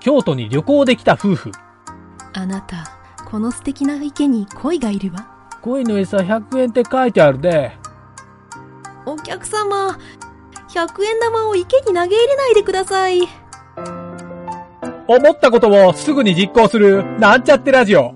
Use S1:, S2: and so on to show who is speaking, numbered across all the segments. S1: 京都に旅行できた夫婦
S2: あなたこの素敵な池に鯉がいるわ
S1: 恋の餌100円って書いてあるで
S2: お客様100円玉を池に投げ入れないでください
S1: 思ったことをすぐに実行するなんちゃってラジオ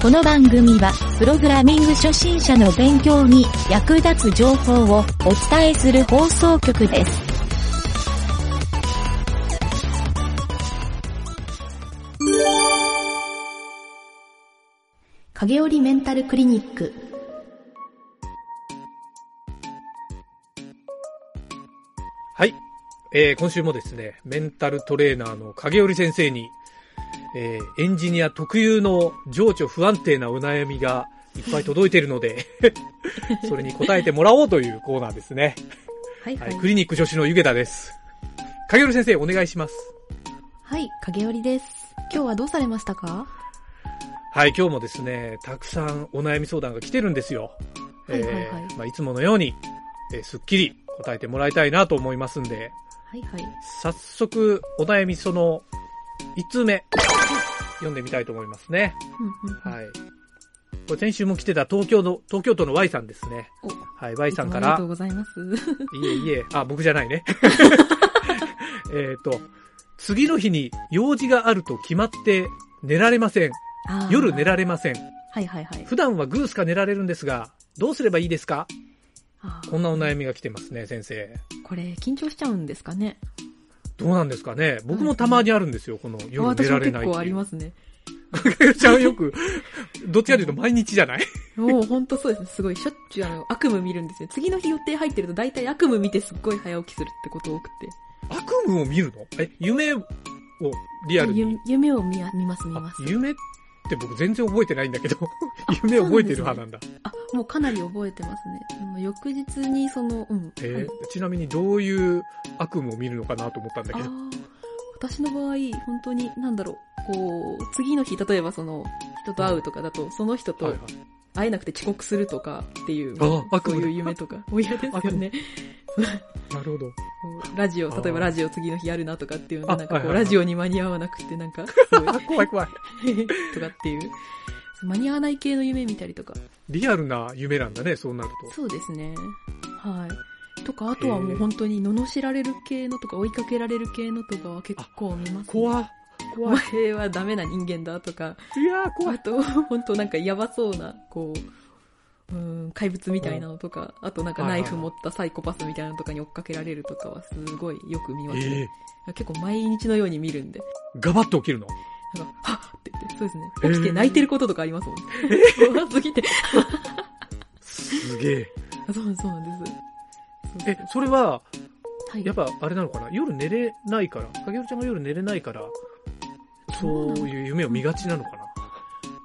S3: この番組は、プログラミング初心者の勉強に役立つ情報をお伝えする放送局です。
S2: 影織メンタルクリニック
S1: はい、えー今週もですねメンタルトレーナーの影織先生に、えーエンジニア特有の情緒不安定なお悩みがいっぱい届いているの でそれに答えてもらおうというコーナーですね、
S2: はい
S1: は、
S2: はいい、
S1: クリニック助手のゆげたです影織先生お願いします
S2: はい、影織です今日はどうされましたか
S1: はい、今日もですね、たくさんお悩み相談が来てるんですよ。
S2: はいはいはい
S1: えーまあ、いつものように、えーすっきり答えてもらいたいなと思いますんで、
S2: はいはい
S1: 早速、お悩みその1通目、読んでみたいと思いますね。
S2: うんうん
S1: はい。これ先週も来てた東京の、東京都の Y さんですね。
S2: お
S1: はい、Y さんか
S2: いつもありが
S1: ら
S2: とう、ござ います
S1: いえいえ、あ、僕じゃない ね。 えっと、次の日に用事があると決まって寝られません。
S2: あー
S1: 夜寝られません。
S2: はいはいはい
S1: 普段はグースか寝られるんですが、どうすればいいですか
S2: あー
S1: こんなお悩みが来てますね、先生。
S2: これ緊張しちゃうんですかね
S1: どうなんですかね僕もたまにあるんですよ、この
S2: あ
S1: 夜寝
S2: 私も
S1: られ
S2: 結
S1: ない。
S2: 構ありますすね
S1: ちゃんよく、どっちかというと毎日じゃない
S2: もう本当そうですね。すごい、しょっちゅうあの、悪夢見るんですよ。次の日予定入ってると大体悪夢見てすっごい早起きするってこと多くて。
S1: 悪夢を見るのえ、夢をリアルに
S2: ゆ。夢を見や見ます見
S1: あ
S2: ます。
S1: 夢って僕全然覚えてないん だけど、夢覚えてる派なんだ。
S2: あ、もうかなり覚えてますね。あの翌日にその、うん。
S1: え
S2: はい
S1: ーちなみにどういう悪夢を見るのかなと思ったんだ
S2: あ
S1: けど。
S2: ー私の場合、本当に、なんだろう、こう、次の日、例えばその、人と会うとかだと、その人
S1: はい
S2: と
S1: はい
S2: 会えなくて遅刻するとかっていう、
S1: あ悪
S2: そう
S1: 夢だ
S2: いう夢と か、お嫌ですよね。
S1: なるほど。
S2: ラジオ、
S1: あー
S2: 例えばラジオ次の日やるなとかっていうの
S1: あ
S2: なんか
S1: はい
S2: こ
S1: はい
S2: う、
S1: はい
S2: ラジオに間に合わなくて、なんか、 すごい
S1: あ、怖い怖い。
S2: とかっていう。そう間に合わない系の夢見たりとか。
S1: リアルな夢なんだね、そうなると。
S2: そうですね。はい。とか、あとはも
S1: へー
S2: う本当に罵られる系のとか追いかけられる系のとかは結構見ます、ね。
S1: 怖っ
S2: お
S1: 怖い。
S2: 前はダメな人間だとか、
S1: いやー怖
S2: あ
S1: い。
S2: と、 本当なんかやばそうな、こう、うーん、怪物みたいなのとか、あとなんかナイフ持ったサイコパスみたいなのとかに追っかけられるとかはすごいよく見ます
S1: え
S2: ね。結構毎日のように見るんで。
S1: ーガバッと起きるの
S2: なんか、はっって言って、そうですね。
S1: へー
S2: 起きて泣いてることとかありますもんね。 怖すぎて。
S1: すげえ。
S2: そうなんそうなんです。そうそう
S1: え、それは、
S2: はい
S1: やっぱあれなのかな夜寝れないから、かげるちゃんが夜寝れないから、そういう夢を見がちなのかな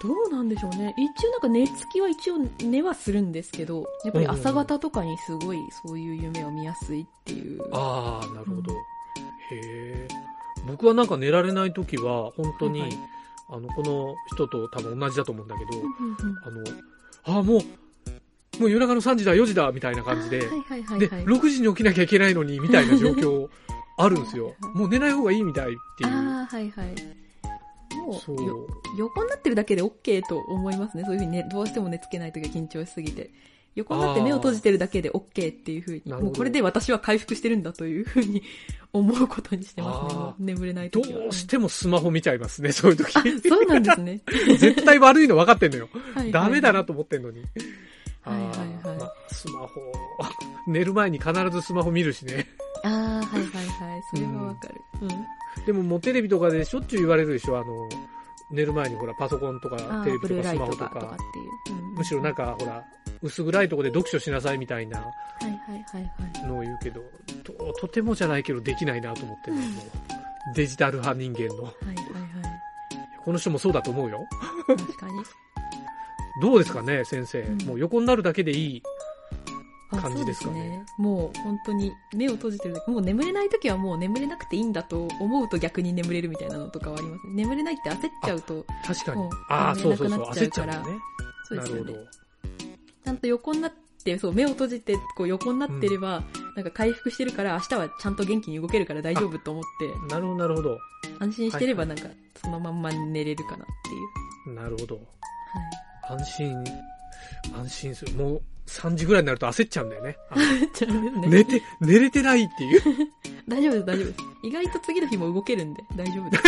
S2: どうなんでしょうね。一応なんか寝つきは一応寝はするんですけど、やっぱり朝方とかにすごいそういう夢を見やすいっていう。
S1: ああ、なるほど。
S2: う
S1: へ
S2: ん
S1: え。僕はなんか寝られない時は、本当に、
S2: はいはい
S1: あの、この人と多分同じだと思うんだけど、
S2: うんうんうん
S1: あの、ああ、もう、もう夜中の3時だ、4時だ、みたいな感じで、
S2: あーはいはい
S1: で、
S2: はいはい。
S1: 6時に起きなきゃいけないのに、みたいな状 況あるんですよ。もう寝ない方がいいみたいっていう。
S2: ああ、はいはい。も
S1: そう
S2: よ、
S1: う。
S2: 横になってるだけで OK と思いますね。そういうふうにね、どうしても寝つけないときは緊張しすぎて。横になって目を閉じてるだけで OK っていうふうに、
S1: なるほど
S2: もうこれで私は回復してるんだというふうに思うことにしてますね
S1: あ。
S2: 眠れない
S1: ど
S2: ときは。
S1: うしてもスマホ見ちゃいますね、そういう時
S2: あ、そうなんで すね。
S1: 絶対悪いの分かってんのよ。
S2: はいはい
S1: ダメだなと思ってんのに。あ
S2: はいはい
S1: ー
S2: はい
S1: まあスマホ、寝る前に必ずスマホ見るしね。
S2: ああ、はいはいはい。それはわかる。うん。
S1: でももうテレビとかでしょっちゅう言われるでしょ、あの、寝る前にほら、パソコンと
S2: あ
S1: か、
S2: あ
S1: テレ
S2: ー、ブ
S1: ビ
S2: ル
S1: と
S2: ー
S1: かス
S2: ライ
S1: マ
S2: ト
S1: ホと
S2: がとか
S1: か、
S2: っていう。うん
S1: むしろなん、かほら、薄暗いとこで読書しなさいみたいな
S2: はいはいはいはい。
S1: のを言うけど、と、とてもじゃないけどできないなと思ってんのもうデジタル派人間の。
S2: はいはい
S1: この人もそうだと思うよ。
S2: はい。確かに。
S1: どうですかね、先生。
S2: うん
S1: もう横になるだけでいい
S2: あ
S1: 感じですかね
S2: そうもう本当に目を閉じてるだけ、もう眠れない時はもう眠れなくていいんだと思うと逆に眠れるみたいなのとかはありますね。眠れないって焦っちゃうと、
S1: 確かに
S2: もう。
S1: ああ、そうそうそう。
S2: 眠れなくなっちゃ
S1: 焦っ
S2: う
S1: ちゃうん
S2: から
S1: だよね。
S2: そう
S1: な
S2: です
S1: る
S2: よ
S1: ほど
S2: ね。。ちゃんと横になって、そう、目を閉じて、こう横になってれば、なんか回復してるから、明日はちゃんと元気に動けるから大丈夫と思って、
S1: なるほど、なるほど。
S2: 安心してれ
S1: は
S2: ば
S1: い
S2: なんか、そのまんま寝れるかなっていう。
S1: なるほど。
S2: はい。
S1: 安心、安心する。もう3時ぐらいになると焦っちゃうんだよね。 あの
S2: ちゃうですね。
S1: 寝て、寝れてないっていう。
S2: 大丈夫です、大丈夫です。意外と次の日も動けるんで、大丈夫です。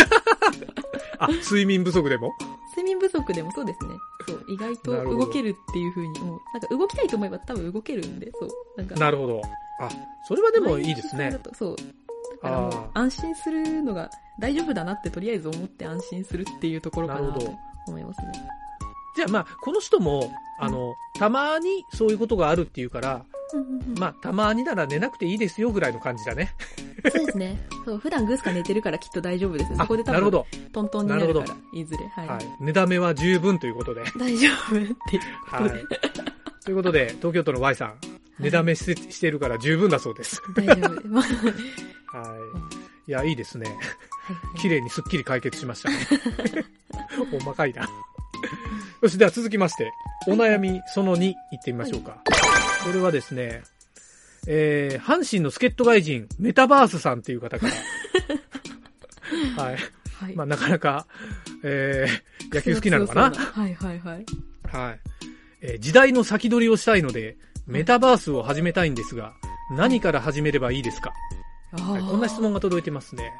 S1: あ、睡眠不足でも
S2: 睡眠不足でもそうですね。そう、意外と
S1: なるほど
S2: 動けるっていう風に、もう、なんか動きたいと思えば多分動けるんで、そう。なんか、
S1: なるほど。あ、それはでもいいです
S2: 毎日
S1: ね
S2: それ。だとそう。だからも
S1: あ
S2: う、安心するのが、大丈夫だなってとりあえず思って安心するっていうところか
S1: な
S2: な
S1: るほど
S2: と思いますね。
S1: ーじゃあまあ、この人も、あの、たまにそういうことがあるっていうから、まあ、たまになら寝なくていいですよぐらいの感じだね。
S2: そうですね。そう、普段グースが寝てるからきっと大丈夫です。
S1: あ
S2: そこで多
S1: なるほ
S2: 分、
S1: ど。
S2: トントンになる
S1: な
S2: か
S1: る
S2: ら、いずれ。はい。
S1: はい。寝だめは十分ということで。
S2: 大丈夫っていうこ
S1: は
S2: と
S1: い
S2: で。。
S1: ということで、東京都の Y さん、寝だめししてるから十分だそうです。
S2: 大丈夫です。まあはい
S1: はい。いや、いいですね。
S2: はい
S1: 綺麗にすっ きり解決しましたね。おまかいな。よし、では続きまして、お悩みその2、いってみましょうか。これはですね、えー、阪神の助っ人外人、メタバースさんっていう方から、はい。
S2: はい。
S1: まあ、なかなか、えー、野球好きなのか な
S2: 強そうはいはいはい。
S1: はい。えー時代の先取りをしたいので、メタバースを始めたいんですが、何から始めればいいですか、
S2: あ
S1: はい、こんな質問が届いてますね。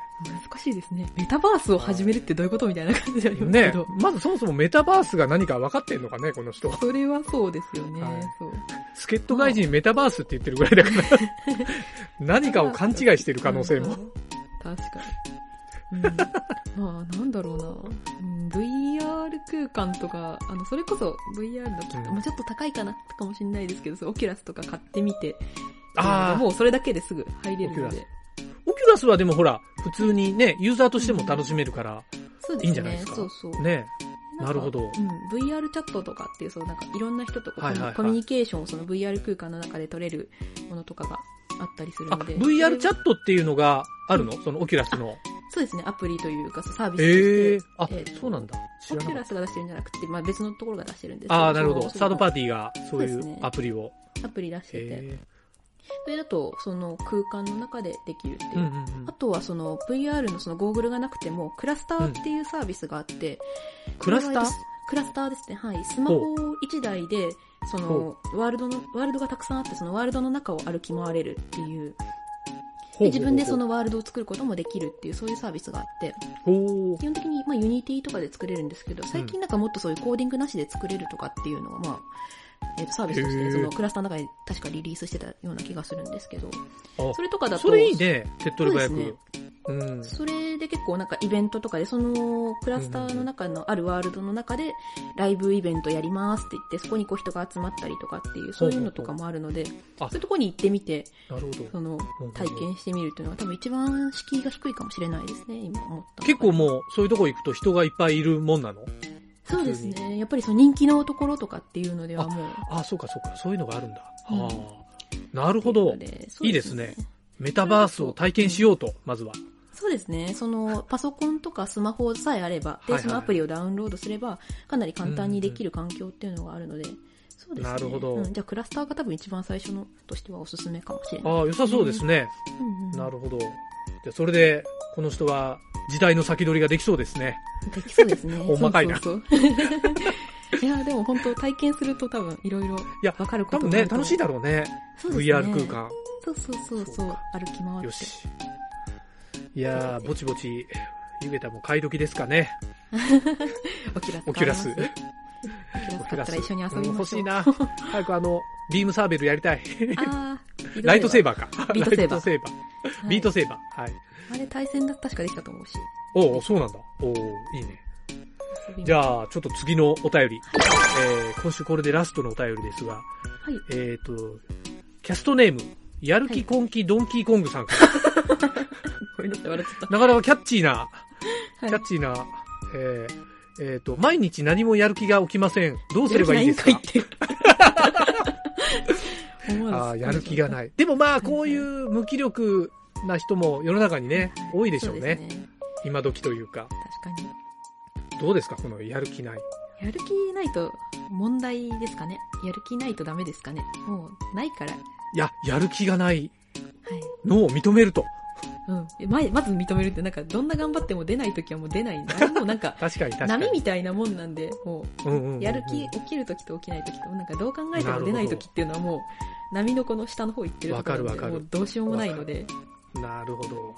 S2: 難しいですね。メタバースを始めるってどういうことみたいな感じでありますけ
S1: ね
S2: ど。
S1: まずそもそもメタバースが何か分かってんのかね、この人。
S2: それはそうですよね。
S1: はい
S2: そう。
S1: 助っ人外人メタバースって言ってるぐらいだから、 何かを勘違いしてる可能性も。
S2: 確かに。うん、 まあ、なんだろうな。うん VR 空間とか、あの、それこそ VR のきっと、
S1: うん
S2: まあちょっと高いかな、かもしれないですけど、そうオキュラスとか買ってみて、
S1: あー
S2: もうそれだけですぐ入れる
S1: オ
S2: の
S1: キュ
S2: で。
S1: オキュラスはでもほら、普通にね、ユーザーとしても楽しめるから、
S2: そうですね。
S1: いいんじゃないですか
S2: そうそう。
S1: ね。
S2: んか
S1: なるほど
S2: うん、VR チャットとかっていう、そう、なんかいろんな人とこう
S1: はいはいはい
S2: コミュニケーションをその VR 空間の中で取れるものとかがあったりする
S1: あ、
S2: ので。
S1: VR チャ
S2: ット
S1: ットっていうのがあるのそのオキュラスの。
S2: そうですね、アプリというか、そうサービスとして。
S1: ええー、あ、
S2: えー
S1: そうなんだ。知
S2: オ
S1: らな
S2: キュ
S1: かっ
S2: ラスが出してるんじゃなくて、まあ別のところが出してるんです
S1: た。ああー、なるほど。サードパ
S2: ー
S1: ーティーがそうい
S2: そうです
S1: う
S2: ね
S1: アプリを。
S2: アプリ出してて。
S1: へえ。
S2: それだと、その空間の中でできるってい
S1: う
S2: う。
S1: んうんうん
S2: あ。とはその VR のそのゴーグルがなくても、クラスターっていうサービスがあって、
S1: クラスター
S2: クラスターですね。はい。スマホ1台で、その、ワールドの、ワールドがたくさんあって、そのワールドの中を歩き回れるっていう。
S1: ほ
S2: で
S1: うほうほう
S2: 自分でそ、のワールドを作ることもできるっていう、そういうサービスがあって、
S1: ほう
S2: 基本的に、まあ、ユニティとかで作れるんですけど、最近なんかもっとそういうコーディングなしで作れるとかっていうのが、まあ、えっ、と、サービスとし
S1: へー
S2: て、そのクラスターの中に確かリリースしてたような気がするんですけど、
S1: あ
S2: それとかだと、
S1: それいいね、手っ取り早
S2: そうで
S1: く。うん。
S2: それで結構なんかイベントとかで、そのクラスターの中のあるワールドの中で、ライブイベントやりますって言って、そこにこう人が集まったりとかっていう、そういうのとかもあるので、
S1: ほうほうほう
S2: そう
S1: あ
S2: いうとこに行ってみて、
S1: なるほど
S2: そ。の
S1: ほう
S2: 体験してみるというのは多分一番敷居が低いかもしれないですね、今思った。
S1: 結構もう、そういうとこ行くと人がいっぱいいるもんなの
S2: そうですね。やっぱりその人気のところとかっていうのではもう。
S1: ああ、そうかそうか、そういうのがあるんだ。
S2: うん
S1: ああ。なるほど。いいですね。メタバースを体験しようと、まずは。
S2: そうですね。その、パソコンとかスマホさえあれば、
S1: はいはい
S2: で、そのアプリをダウンロードすれば、かなり簡単にできる環境っていうのがあるので、そうですね。
S1: なるほど
S2: うんじゃあ、クラスターが多分一番最初のとしてはおすすめかもしれない。
S1: ああ、良さそうですね。
S2: うんうん
S1: なるほど。じゃあそれで、この人は、時代の先取りができそうですね。
S2: できそうですね。
S1: おまかいな
S2: そうそうそう いや、でも本当体験すると多分いろいろ
S1: いや
S2: わかるこ
S1: 多
S2: と
S1: 分
S2: もあ
S1: ね、
S2: ると思
S1: 楽
S2: う
S1: しいだろうね。
S2: そうですね
S1: VR 空。間。
S2: そうそうそう
S1: そ
S2: そうう、
S1: か
S2: 歩き回って。
S1: よし。いやー、ぼちぼち、ゆげたも買い時ですかね。
S2: オキュラス。
S1: オキュラス
S2: オキュラス買ったら一緒に遊びましょう。
S1: うん欲しい な。早くあの、ビームサーベルやりたい。
S2: あー
S1: ライトセー
S2: バ
S1: バーか。
S2: ビートセーバ
S1: ライト
S2: ー
S1: セーバ
S2: ー。
S1: ー。ビート
S2: はい
S1: セーバー。はい。
S2: あれ対戦だ確かできたと思うし。
S1: おお、そうなんだ。おお、いいね。じ
S2: あ。
S1: ゃあ、ちょっと次のお便り。えー、今週これでラストのお便りですが、
S2: はい。
S1: えっ、と、キャストネーム、やる気根気ドンキーコングさんから、
S2: ごめんなさい、笑っちゃっ
S1: なかなかキャッチーな、
S2: た。
S1: キ
S2: は
S1: ャ
S2: い
S1: ッ。チーな、えーえーと、毎日何もやる気が起きません。どうすればいいですか
S2: やる気ないんかいって思わず
S1: あーやる気が
S2: い
S1: ない。でもまあ、
S2: い
S1: こういう無気力な人も世の中にね、多いで
S2: で
S1: しょう
S2: す
S1: ね。
S2: ね
S1: 今時というか。
S2: 確かに
S1: どうですかこのやる気ない。
S2: やる気ないと問題ですかねやる気ないとダメですかねもうないからはい
S1: や、やる気がないのを認めると。
S2: い、うん、ままず認めるってなんかどんな頑張っても出ない時はもう出ないんであれもうなんか
S1: 確か に確かに。
S2: 波みたいなもんなんでも
S1: うんうんうんうん
S2: うやる気起きる時と起きない時となんかどう考えても出ない時っていうのはもう波のこの下の方行ってるとこなんで
S1: わかるわかる
S2: もうどうしようもないので
S1: なるほど。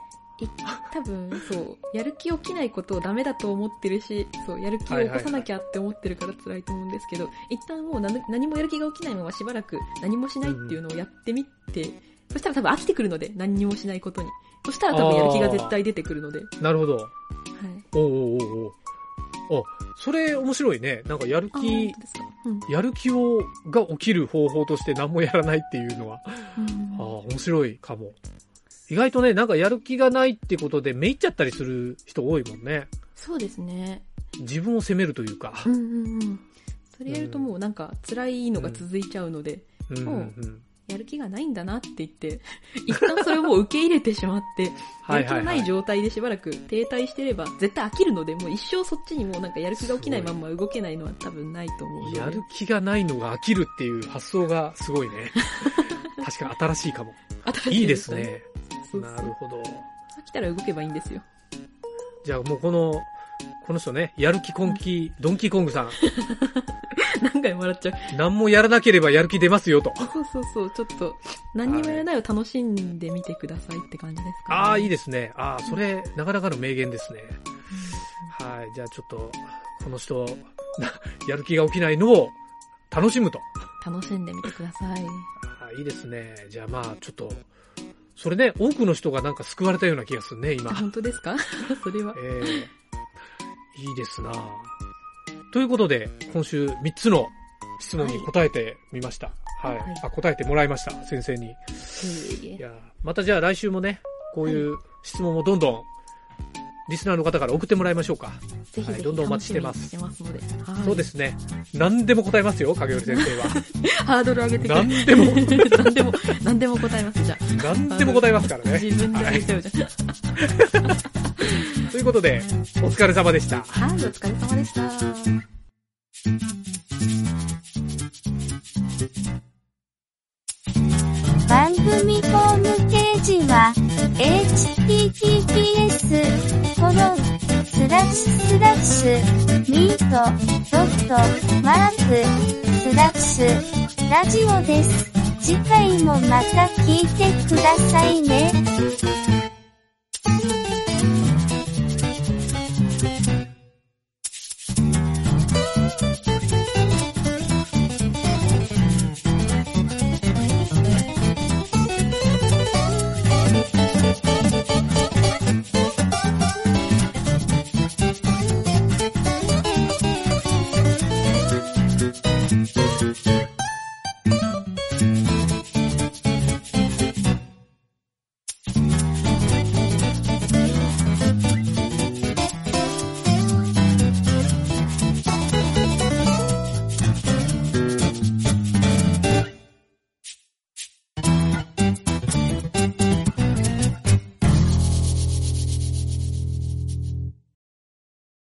S2: 多分そうやる気起きないことをダメだと思ってるしそうやる気を起こさなきゃって思ってるから辛いと思うんですけど、一旦もう何何もやる気が起きないまましばらく何もしないっていうのをやってみて、そしたら多分飽きてくるので何にもしないことにそしたら多分やる気が絶対出てくるので、は
S1: なるほど。
S2: い、
S1: おうおうおうおう。あ、それ面白いね。なんかやる
S2: あ本
S1: 気
S2: 当、ですか、うん
S1: やる気を、が起きる方法として何もやらないっていうのは、ああ、面白いかも。意外とね、なんかやる気がないってことでめいっちゃったりする人多いもんね。
S2: そうですね
S1: 自分を責めるというか。
S2: うんうんうんそれやるともうなんか辛いのが続いちゃうので、
S1: うんうんうん。
S2: やる気がないんだなって言って、 一旦それをもう受け入れてしまって、や
S1: はい
S2: る気
S1: は
S2: の
S1: い、
S2: な
S1: はいい。
S2: 状態でしばらく停滞してれば、絶対飽きるので、もう一生そっちにもうなんかやる気が起きないまんま動けないのは多分ないと思うので。
S1: やる気がないのが飽きるっていう発想がすごい ね。確かに新しいかも。
S2: 新し
S1: いいですね。
S2: そうそう
S1: なるほど。
S2: 飽きたら動けばいいんですよ。
S1: じゃあもうこの、この人ね、やる気根気、ドンキーコングさん、
S2: 何回も笑っちゃう。
S1: 何もやらなければやる気出ますよと。
S2: そうそうそう、ちょっと、何にもやらないを楽しんでみてくださいって感じですか、
S1: ああ、いい
S2: で
S1: ですね。ああ、それ、なかなかの名言ですね。はい。じゃあちょっと、この人、なやる気が起きないのを楽しむと。
S2: 楽しんでみてください。
S1: ああ、いいですね。じゃあまあ、ちょっと、それね、多くの人がなんか救われたような気がするね、今。
S2: 本当ですか それは。
S1: ええいいですなあということで、今週3つの質問に答えてみました。は
S2: はい
S1: い。
S2: はい
S1: あ、答えてもらいました、先生に。
S2: いえい
S1: い
S2: え
S1: やーまたじゃあ来週もね、こういう質問をどんどん、リスナーの方から送ってもらいましょうか。
S2: ぜひ
S1: は
S2: ぜ
S1: い
S2: ひ
S1: どんどんお待ちしてます
S2: 楽みにしてますので。はい
S1: そうですね。何でも答えますよ、影織先 生は。
S2: ハードル上げてくる。
S1: 何でも
S2: 何でも、何でも答えます、じゃ
S1: 何でも答えますから
S2: あ。
S1: ね。
S2: 自分であげちゃうじゃん。
S1: ということで、お疲れ様でした。
S2: はい、お疲れ様でした。
S4: 番組ホームページは、https, コロン、スラッシュスラッシュ、ミート、ドット、マーク、スラッシュ、ラジオです。次回もまた聞いてくださいね。